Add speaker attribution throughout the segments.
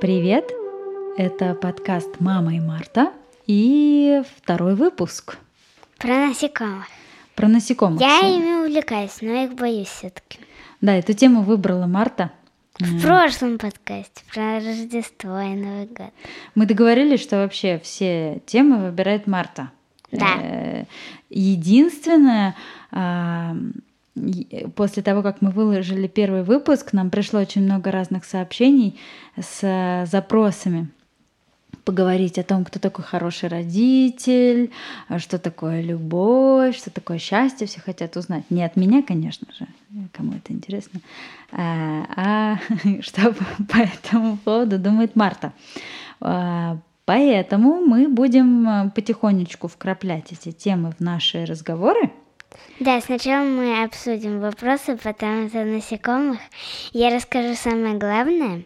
Speaker 1: Привет! Это подкаст «Мама и Марта» и второй выпуск
Speaker 2: Про насекомых.
Speaker 1: про насекомых.
Speaker 2: Я ими увлекаюсь, но их боюсь все-таки.
Speaker 1: Да, эту тему выбрала Марта.
Speaker 2: В прошлом подкасте про Рождество и Новый год.
Speaker 1: Мы договорились, что вообще все темы выбирает Марта.
Speaker 2: Да.
Speaker 1: Э, Единственное, а, е- после того, как мы выложили первый выпуск, нам пришло очень много разных сообщений с э, запросами поговорить о том, кто такой хороший родитель, э, что такое любовь, что такое счастье, все хотят узнать. Не от меня, конечно же, кому это интересно, а, а что по этому поводу думает Марта. А, Поэтому мы будем э, потихонечку вкраплять эти темы в наши разговоры.
Speaker 2: Да, сначала мы обсудим вопросы, потом это насекомых. Я расскажу самое главное,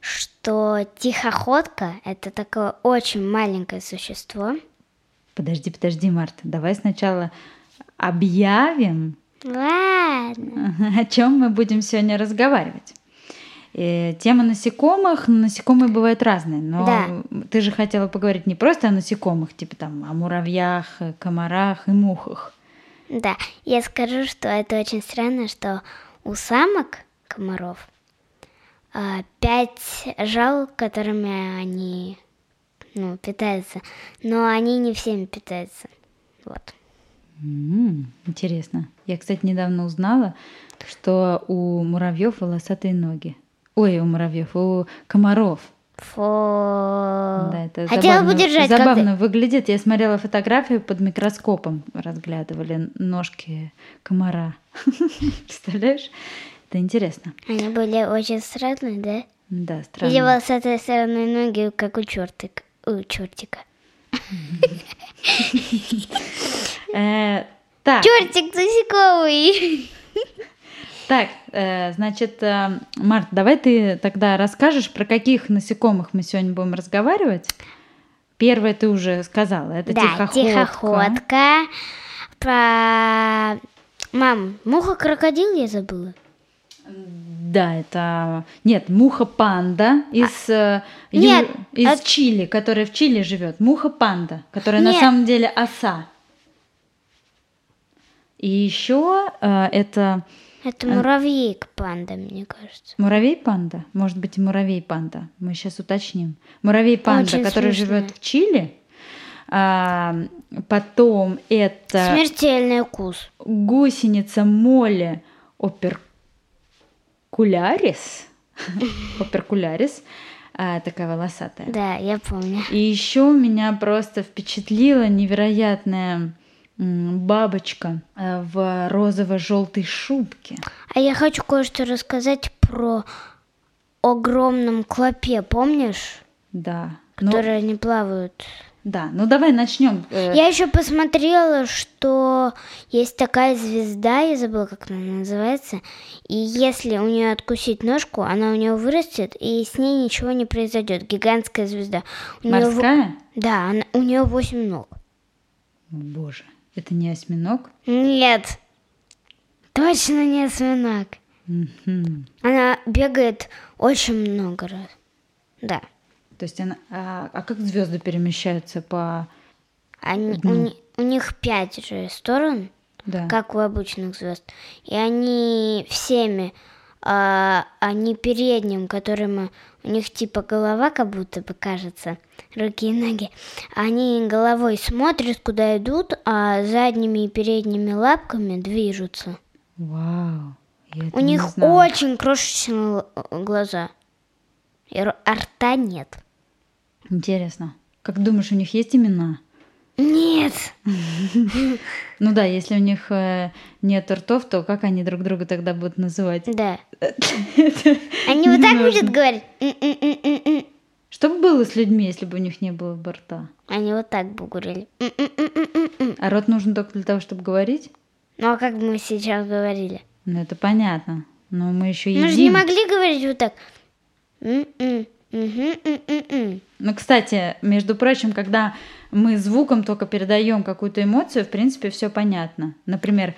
Speaker 2: что тихоходка – это такое очень маленькое существо.
Speaker 1: Подожди, подожди, Марта, давай сначала объявим,
Speaker 2: Ладно.
Speaker 1: о чем мы будем сегодня разговаривать. Э, Тема насекомых, ну, насекомые бывают разные, но
Speaker 2: Да.
Speaker 1: ты же хотела поговорить не просто о насекомых, типа там о муравьях, э, комарах и мухах.
Speaker 2: Да, я скажу, что это очень странно, что у самок комаров а, пять жал, которыми они ну, питаются, но они не всеми питаются. Вот.
Speaker 1: М, интересно. Я, кстати, недавно узнала, что у муравьев волосатые ноги. Ой, у муравьев, у комаров.
Speaker 2: Фу.
Speaker 1: Да, это
Speaker 2: Хотела
Speaker 1: забавно,
Speaker 2: бы держать, как ты.
Speaker 1: забавно выглядит. Я смотрела фотографию под микроскопом, разглядывали ножки комара. Представляешь? Это интересно.
Speaker 2: Они были очень странные, да?
Speaker 1: Да, странно.
Speaker 2: Или волосатые стороны ноги, как у чертика. У чертика.
Speaker 1: Э, так,
Speaker 2: Чертик насекомый!
Speaker 1: так, э, значит, э, Март, давай ты тогда расскажешь, про каких насекомых мы сегодня будем разговаривать. Первое ты уже сказала, это
Speaker 2: Да,
Speaker 1: тихоходка.
Speaker 2: тихоходка. Про... Мам, муха-крокодил я забыла.
Speaker 1: Да, это нет, муха панда из э, ю-
Speaker 2: А, Нет,
Speaker 1: из
Speaker 2: это-
Speaker 1: Чили, которая в Чили живет. Муха панда, которая на
Speaker 2: Нет.
Speaker 1: самом деле оса. И еще э, это
Speaker 2: Это
Speaker 1: Э.
Speaker 2: муравьи к панда, мне кажется.
Speaker 1: муравей панда, может быть и муравей панда. Мы сейчас уточним. Муравей панда,
Speaker 2: Очень
Speaker 1: который
Speaker 2: смешно.
Speaker 1: живет в Чили. А, потом это
Speaker 2: Смертельный укус.
Speaker 1: гусеница моли оперкулярис. Оперкулярис. а, Такая волосатая.
Speaker 2: Да, я помню.
Speaker 1: И еще меня просто впечатлила невероятная м, бабочка э, в розово-желтой шубке.
Speaker 2: А я хочу кое-что рассказать про огромном клопе, помнишь?
Speaker 1: Да. Ну,
Speaker 2: Которые не плавают.
Speaker 1: да. Ну давай начнем. Э,
Speaker 2: Я еще посмотрела, что есть такая звезда, я забыла, как она называется. И если у нее откусить ножку, она у нее вырастет, и с ней ничего не произойдет. Гигантская звезда. У неё в-
Speaker 1: Морская?
Speaker 2: Да, она- у нее восемь ног.
Speaker 1: О, боже, это не осьминог.
Speaker 2: Нет. Точно не осьминог.
Speaker 1: Мгм.
Speaker 2: Она бегает очень много раз. Да.
Speaker 1: То есть она. А, а как звезды перемещаются по.
Speaker 2: Они, у, ни- у них пять же сторон,
Speaker 1: Да.
Speaker 2: как у обычных звезд. И они всеми, а, они передним, которым у них типа голова как будто бы кажется, руки и ноги, они головой смотрят, куда идут, а задними и передними лапками движутся.
Speaker 1: Вау. я это
Speaker 2: У
Speaker 1: не
Speaker 2: них
Speaker 1: знала.
Speaker 2: очень крошечные л- э, глаза. И р- а рта нет.
Speaker 1: Интересно. Как думаешь, у них есть имена?
Speaker 2: Нет.
Speaker 1: Ну да, если у них э, нет ртов, то как они друг друга тогда будут называть?
Speaker 2: Да. Они вот так будут говорить. М-м-м-м-м.
Speaker 1: Что бы было с людьми, если бы у них не было бы рта?
Speaker 2: Они вот так бы говорили. М-м-м-м-м-м.
Speaker 1: А рот нужен только для того, чтобы говорить?
Speaker 2: Ну а как мы сейчас говорили?
Speaker 1: Ну это понятно. Но мы еще
Speaker 2: Мы же Ну, не
Speaker 1: едим.
Speaker 2: могли говорить вот так. М-м. Мгм, м-м-м.
Speaker 1: Ну, кстати, между прочим, когда мы звуком только передаем какую-то эмоцию, в принципе, все понятно. Например,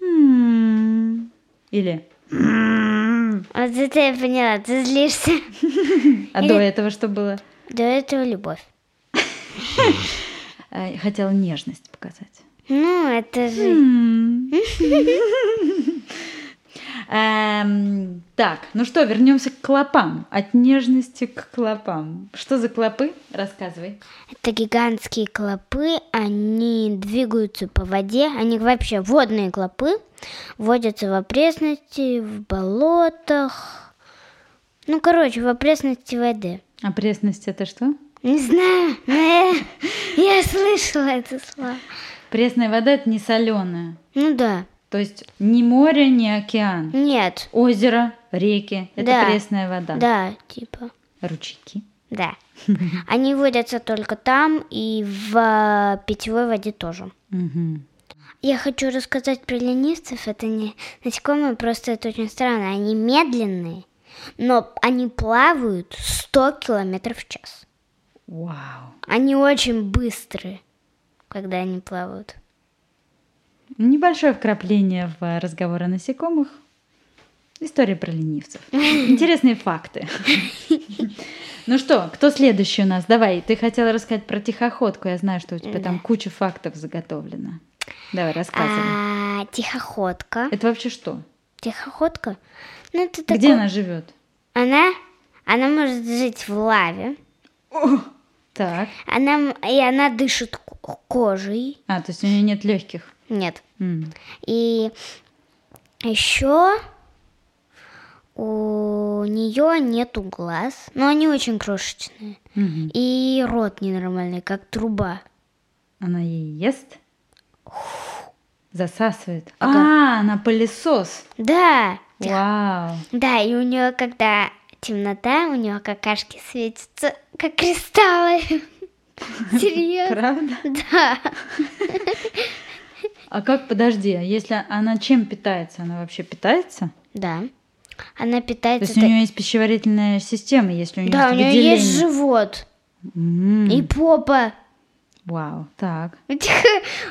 Speaker 1: «М-м-м» или «М-м-м».
Speaker 2: Вот это я поняла, ты злишься.
Speaker 1: А до этого что было?
Speaker 2: До этого любовь.
Speaker 1: Э, Хотела нежность показать.
Speaker 2: Ну, это же...
Speaker 1: М. Эм, Так, ну что, вернемся к клопам. От нежности к клопам. Что за клопы? Рассказывай.
Speaker 2: Это гигантские клопы, они двигаются по воде, они вообще водные клопы, водятся в окрестности, в болотах. Ну, короче, в окрестности воды.
Speaker 1: А пресность это что?
Speaker 2: Не знаю, но я, я слышала это слово.
Speaker 1: Пресная вода это не соленая.
Speaker 2: Ну да,
Speaker 1: То есть ни море, ни океан.
Speaker 2: нет,
Speaker 1: Озеро, реки это
Speaker 2: Да.
Speaker 1: пресная вода.
Speaker 2: да, типа,
Speaker 1: Ручейки.
Speaker 2: да. Они водятся только там и в э, питьевой воде тоже.
Speaker 1: Мгм.
Speaker 2: Я хочу рассказать про ленивцев. Это не насекомые, просто это очень странно. Они медленные, но они плавают 100 километров в час.
Speaker 1: Вау.
Speaker 2: Они очень быстрые, когда они плавают.
Speaker 1: Небольшое вкрапление в разговор о насекомых. История про ленивцев. Интересные факты. Ну что, кто следующий у нас? Давай, ты хотела рассказать про тихоходку. Я знаю, что у тебя там куча фактов заготовлено. Давай, рассказывай.
Speaker 2: А, тихоходка.
Speaker 1: Это вообще что?
Speaker 2: Тихоходка? Ну, это
Speaker 1: Где
Speaker 2: такой-
Speaker 1: она живет?
Speaker 2: Она, она может жить в лаве.
Speaker 1: Так.
Speaker 2: Она, м- и она дышит к- кожей.
Speaker 1: А, то есть у нее нет легких.
Speaker 2: Нет,
Speaker 1: М.
Speaker 2: И еще у нее нету глаз, но они очень крошечные.
Speaker 1: Мгм.
Speaker 2: И рот ненормальный, как труба.
Speaker 1: Она ей ест? Засасывает.
Speaker 2: Ага.
Speaker 1: А, она пылесос.
Speaker 2: Да,
Speaker 1: Вау.
Speaker 2: да, и у нее когда темнота, у нее какашки светятся, как кристаллы. Серьезно?
Speaker 1: Правда?
Speaker 2: Да.
Speaker 1: А как, подожди, а если она чем питается? Она вообще питается?
Speaker 2: Да. Она
Speaker 1: То
Speaker 2: питается...
Speaker 1: есть у
Speaker 2: так-
Speaker 1: нее есть пищеварительная система, если у нее
Speaker 2: Да, у
Speaker 1: есть
Speaker 2: нее есть
Speaker 1: выделение.
Speaker 2: живот
Speaker 1: М,
Speaker 2: и попа.
Speaker 1: Вау, так.
Speaker 2: У тех-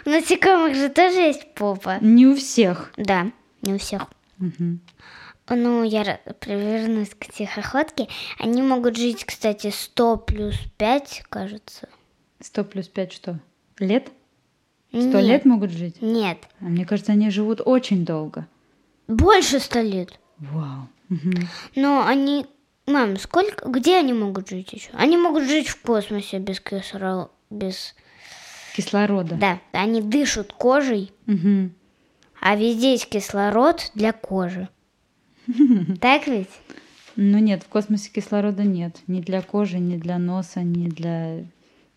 Speaker 2: у насекомых же тоже есть попа.
Speaker 1: Не у всех.
Speaker 2: Да, не у всех.
Speaker 1: Мгм.
Speaker 2: Ну, я ра- вернусь к тихоходке. Они могут жить, кстати, 100 плюс 5, кажется.
Speaker 1: 100 плюс 5 что? Лет? 100
Speaker 2: Нет,
Speaker 1: лет могут жить?
Speaker 2: Нет,
Speaker 1: А мне кажется, они живут очень долго.
Speaker 2: больше 100 лет.
Speaker 1: Вау. Мгм.
Speaker 2: Но они... Мам, сколько... Где они могут жить еще? Они могут жить в космосе без кислорода. Без...
Speaker 1: Кислорода.
Speaker 2: Да, они дышат кожей,
Speaker 1: Мгм.
Speaker 2: а везде есть кислород для кожи. Так ведь?
Speaker 1: Ну нет, в космосе кислорода нет. Ни для кожи, ни для носа, ни для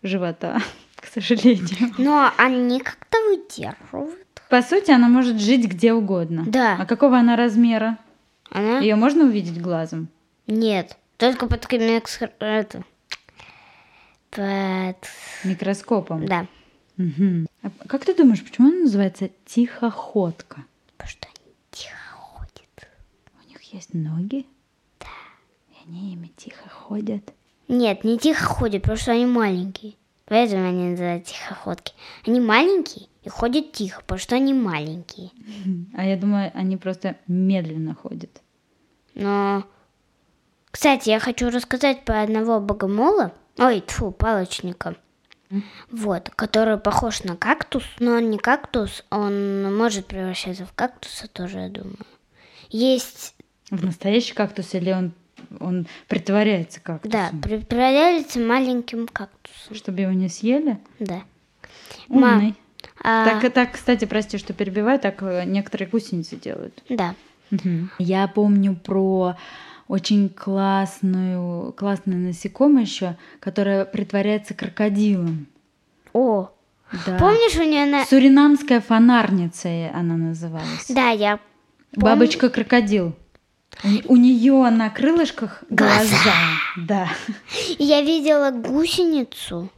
Speaker 1: живота, к сожалению.
Speaker 2: Но они как-то выдерживают.
Speaker 1: По сути, она может жить где угодно.
Speaker 2: Да.
Speaker 1: А какого она размера?
Speaker 2: Она...
Speaker 1: Ее можно увидеть глазом?
Speaker 2: Нет, только под комикс- это, под...
Speaker 1: Микроскопом.
Speaker 2: Да,
Speaker 1: Мгм. А как ты думаешь, почему она называется тихоходка?
Speaker 2: потому что они тихо ходят.
Speaker 1: У них есть ноги? Да. И они ими тихо ходят.
Speaker 2: Нет, не тихо ходят, потому что они маленькие. Поэтому они называют тихоходки. Они маленькие и ходят тихо, потому что они маленькие.
Speaker 1: А я думаю, они просто медленно ходят.
Speaker 2: Но, кстати, я хочу рассказать про одного богомола, ой, тьфу, палочника, вот, который похож на кактус, но он не кактус, он может превращаться в кактуса тоже, я думаю. Есть,
Speaker 1: В настоящий кактус или он, он притворяется
Speaker 2: да,
Speaker 1: кактусом?
Speaker 2: притворяется маленьким кактусом,
Speaker 1: Чтобы его не съели?
Speaker 2: да. Ма-
Speaker 1: Умный.
Speaker 2: а,
Speaker 1: Так, так, кстати, прости, что перебиваю, так э, некоторые гусеницы делают.
Speaker 2: Да,
Speaker 1: Я помню про очень классную, классное насекомое еще, которое притворяется крокодилом.
Speaker 2: о,
Speaker 1: Да.
Speaker 2: помнишь у нее на...
Speaker 1: Суринамская фонарница э, она называлась.
Speaker 2: Да, я
Speaker 1: Бабочка крокодил. У, нее на крылышках глаза. Да.
Speaker 2: Я видела гусеницу.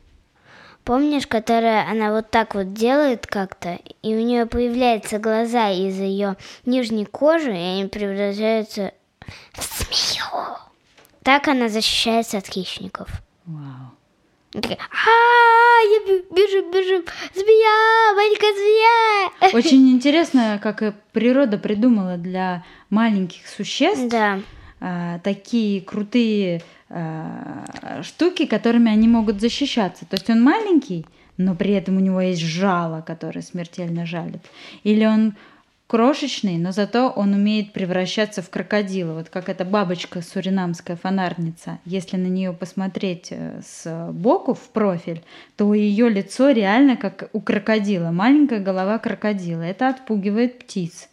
Speaker 2: Помнишь, которая она вот так вот делает как-то, и у нее появляются глаза из ее нижней кожи, и они превращаются в змею. Так она защищается от хищников.
Speaker 1: Вау.
Speaker 2: Она такая, а я бе- бежим, бежим, змея, маленькая змея.
Speaker 1: Очень интересно, как и природа придумала для маленьких существ
Speaker 2: Да.
Speaker 1: а, такие крутые а, штуки, которыми они могут защищаться. То есть он маленький, но при этом у него есть жало, которое смертельно жалит. Или он крошечный, но зато он умеет превращаться в крокодила. Вот как эта бабочка суринамская фонарница. Если на нее посмотреть э, сбоку в профиль, то ее лицо реально как у крокодила. Маленькая голова крокодила. Это отпугивает птиц.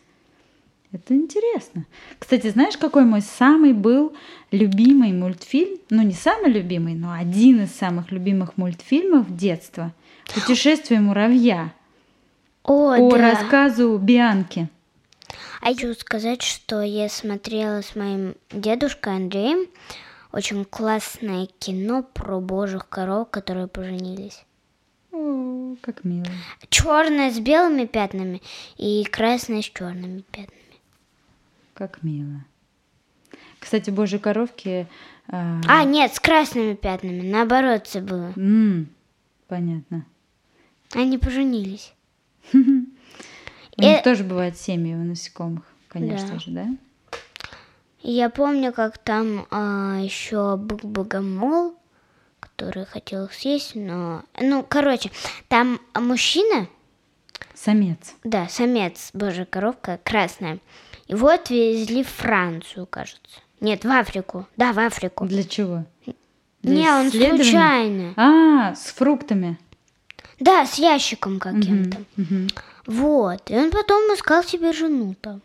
Speaker 1: Это интересно. Кстати, знаешь, какой мой самый был любимый мультфильм? Ну, не самый любимый, но один из самых любимых мультфильмов детства. «Путешествие муравья»
Speaker 2: О,
Speaker 1: по
Speaker 2: да.
Speaker 1: рассказу Бианки.
Speaker 2: А я хочу сказать, что я смотрела с моим дедушкой Андреем очень классное кино про божьих коров, которые поженились.
Speaker 1: О, как мило.
Speaker 2: Черное с белыми пятнами и красное с черными пятнами.
Speaker 1: Как мило. Кстати, божьи коровки... а,
Speaker 2: А, нет, с красными пятнами. Наоборот, все было.
Speaker 1: м, понятно.
Speaker 2: Они поженились.
Speaker 1: У них
Speaker 2: Э,
Speaker 1: тоже бывают семьи у насекомых, конечно
Speaker 2: Да.
Speaker 1: же, да?
Speaker 2: И Я помню, как там еще был богомол, который хотел их съесть, но... Ну, короче, там мужчина,
Speaker 1: Самец.
Speaker 2: да, самец, божья коровка, красная, его отвезли в Францию, кажется. Нет, в Африку. Да, в Африку.
Speaker 1: Для чего? Для
Speaker 2: Не, он
Speaker 1: исследования?
Speaker 2: случайно.
Speaker 1: А, с фруктами.
Speaker 2: Да, с ящиком каким-то.
Speaker 1: Мгм.
Speaker 2: Вот. И он потом искал себе жену там.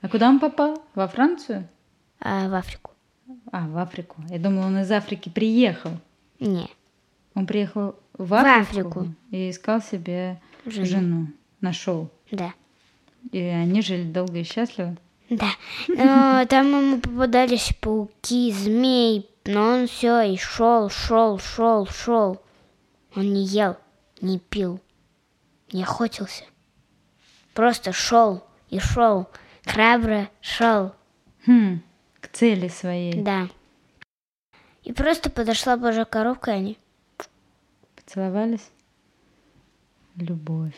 Speaker 1: А куда он попал? Во Францию?
Speaker 2: А, в Африку.
Speaker 1: А, в Африку. Я думала, он из Африки приехал.
Speaker 2: Не.
Speaker 1: Он приехал в
Speaker 2: В
Speaker 1: Африку,
Speaker 2: Африку.
Speaker 1: и искал себе
Speaker 2: Жену.
Speaker 1: жену. Нашел.
Speaker 2: Да.
Speaker 1: И они жили долго и счастливо.
Speaker 2: Да. Но там ему попадались пауки, змей, но он все и шел, шел, шел, шел. Он не ел, не пил, не охотился. Просто шел и шел, храбро шел.
Speaker 1: Хм, к цели своей.
Speaker 2: Да. И просто подошла божья коровка, и они...
Speaker 1: Поцеловались. Любовь.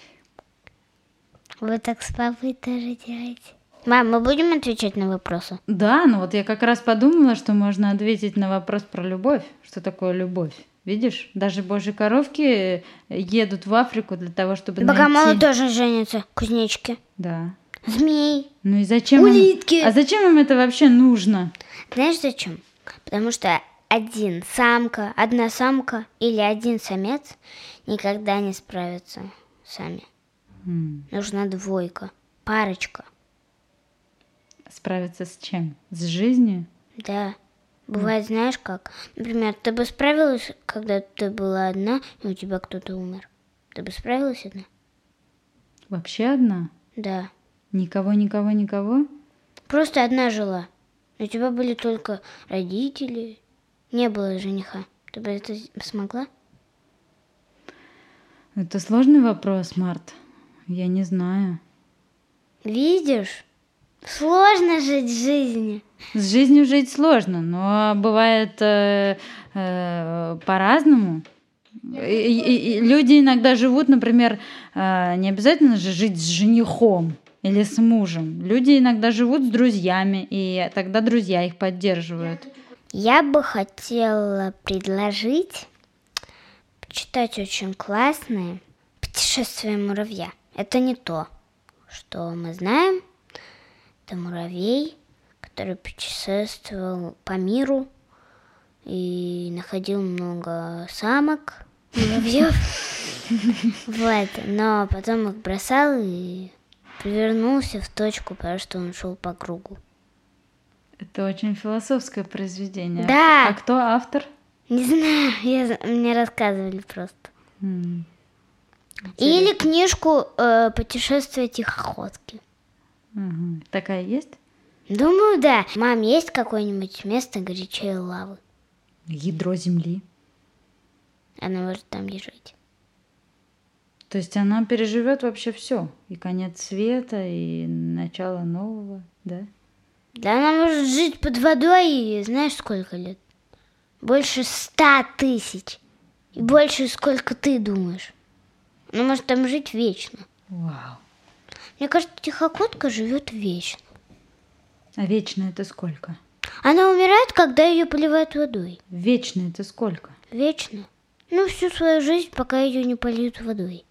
Speaker 2: Вы так с папой тоже делаете. Мам, мы будем отвечать на вопросы?
Speaker 1: Да, ну вот я как раз подумала, что можно ответить на вопрос про любовь. Что такое любовь? Видишь, даже божьи коровки едут в Африку для того, чтобы
Speaker 2: Богомолы
Speaker 1: найти...
Speaker 2: тоже женятся, кузнечки.
Speaker 1: Да.
Speaker 2: Змей.
Speaker 1: Ну и зачем им-
Speaker 2: Улитки.
Speaker 1: А зачем им это вообще нужно?
Speaker 2: Знаешь зачем? Потому что один самка, одна самка или один самец никогда не справятся сами.
Speaker 1: М,
Speaker 2: Нужна двойка, парочка.
Speaker 1: Справиться с чем? С жизнью?
Speaker 2: Да. Бывает, знаешь как? Например, ты бы справилась, когда ты была одна, и у тебя кто-то умер. Ты бы справилась одна?
Speaker 1: Вообще одна?
Speaker 2: Да.
Speaker 1: Никого, никого, никого?
Speaker 2: Просто одна жила. У тебя были только родители. Не было жениха. Ты бы это смогла?
Speaker 1: Это сложный вопрос, Март. Я не знаю.
Speaker 2: Видишь? Сложно жить в жизни.
Speaker 1: С жизнью жить сложно, но бывает э, э, по-разному. И- и- и люди иногда живут, например, э, не обязательно же жить с женихом или с мужем. Люди иногда живут с друзьями, и тогда друзья их поддерживают.
Speaker 2: Я бы хотела предложить почитать очень классное «Путешествие муравья». Это не то, что мы знаем. Это муравей, который путешествовал по миру и находил много самок муравьев. Вот, но потом их бросал и повернулся в точку, потому что он шел по кругу.
Speaker 1: Это очень философское произведение.
Speaker 2: Да.
Speaker 1: А кто автор?
Speaker 2: Не знаю, я, за- мне рассказывали просто.
Speaker 1: М,
Speaker 2: Или книжку э, «Путешествие тихоходки».
Speaker 1: мгм. Такая есть?
Speaker 2: Думаю, да. Мам, есть какое-нибудь место горячей лавы?
Speaker 1: Ядро земли.
Speaker 2: Она может там лежать.
Speaker 1: То есть она переживет вообще все. И конец света, и начало нового, да?
Speaker 2: Да она может жить под водой, и знаешь, сколько лет? Больше ста тысяч. И больше, сколько ты думаешь. Она может там жить вечно.
Speaker 1: Вау.
Speaker 2: Мне кажется, тихокотка живет вечно.
Speaker 1: А вечно это сколько?
Speaker 2: Она умирает, когда ее поливают водой.
Speaker 1: Вечно это сколько?
Speaker 2: Вечно. Ну, всю свою жизнь, пока ее не польют водой.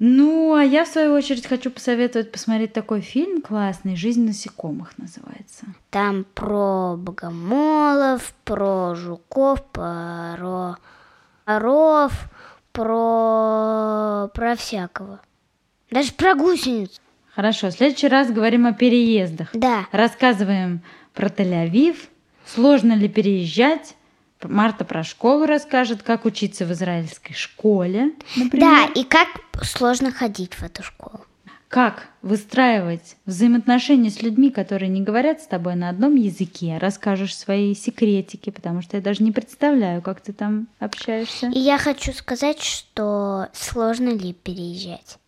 Speaker 1: Ну, а я, в свою очередь, хочу посоветовать посмотреть такой фильм классный «Жизнь насекомых» называется.
Speaker 2: Там про богомолов, про жуков, про коров, про... про всякого. Даже про гусениц.
Speaker 1: Хорошо, в следующий раз говорим о переездах.
Speaker 2: Да.
Speaker 1: Рассказываем про Тель-Авив, сложно ли переезжать. Марта про школу расскажет, как учиться в израильской школе, например.
Speaker 2: Да, и как сложно ходить в эту школу.
Speaker 1: Как выстраивать взаимоотношения с людьми, которые не говорят с тобой на одном языке, расскажешь свои секретики, потому что я даже не представляю, как ты там общаешься.
Speaker 2: И я хочу сказать, что сложно ли переезжать.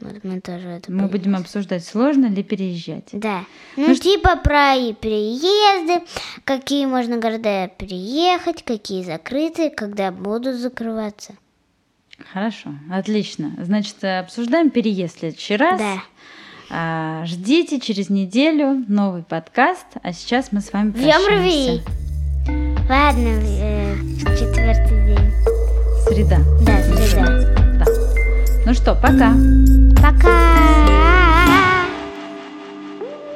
Speaker 2: Вот мы тоже это
Speaker 1: Мы будем обсуждать, сложно ли переезжать.
Speaker 2: Да. Ну, типа про и переезды, какие можно города переехать, какие закрыты, когда будут закрываться.
Speaker 1: Хорошо, отлично. Значит, э, обсуждаем переезд в следующий раз.
Speaker 2: Да.
Speaker 1: А, ждите через неделю новый подкаст. А сейчас мы с вами
Speaker 2: В Йом
Speaker 1: прощаемся.
Speaker 2: Рвии. Ладно, в, э, в четвертый день.
Speaker 1: Среда.
Speaker 2: Да, среда.
Speaker 1: Да. Ну что, пока.
Speaker 2: Пока.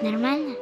Speaker 2: Нормально?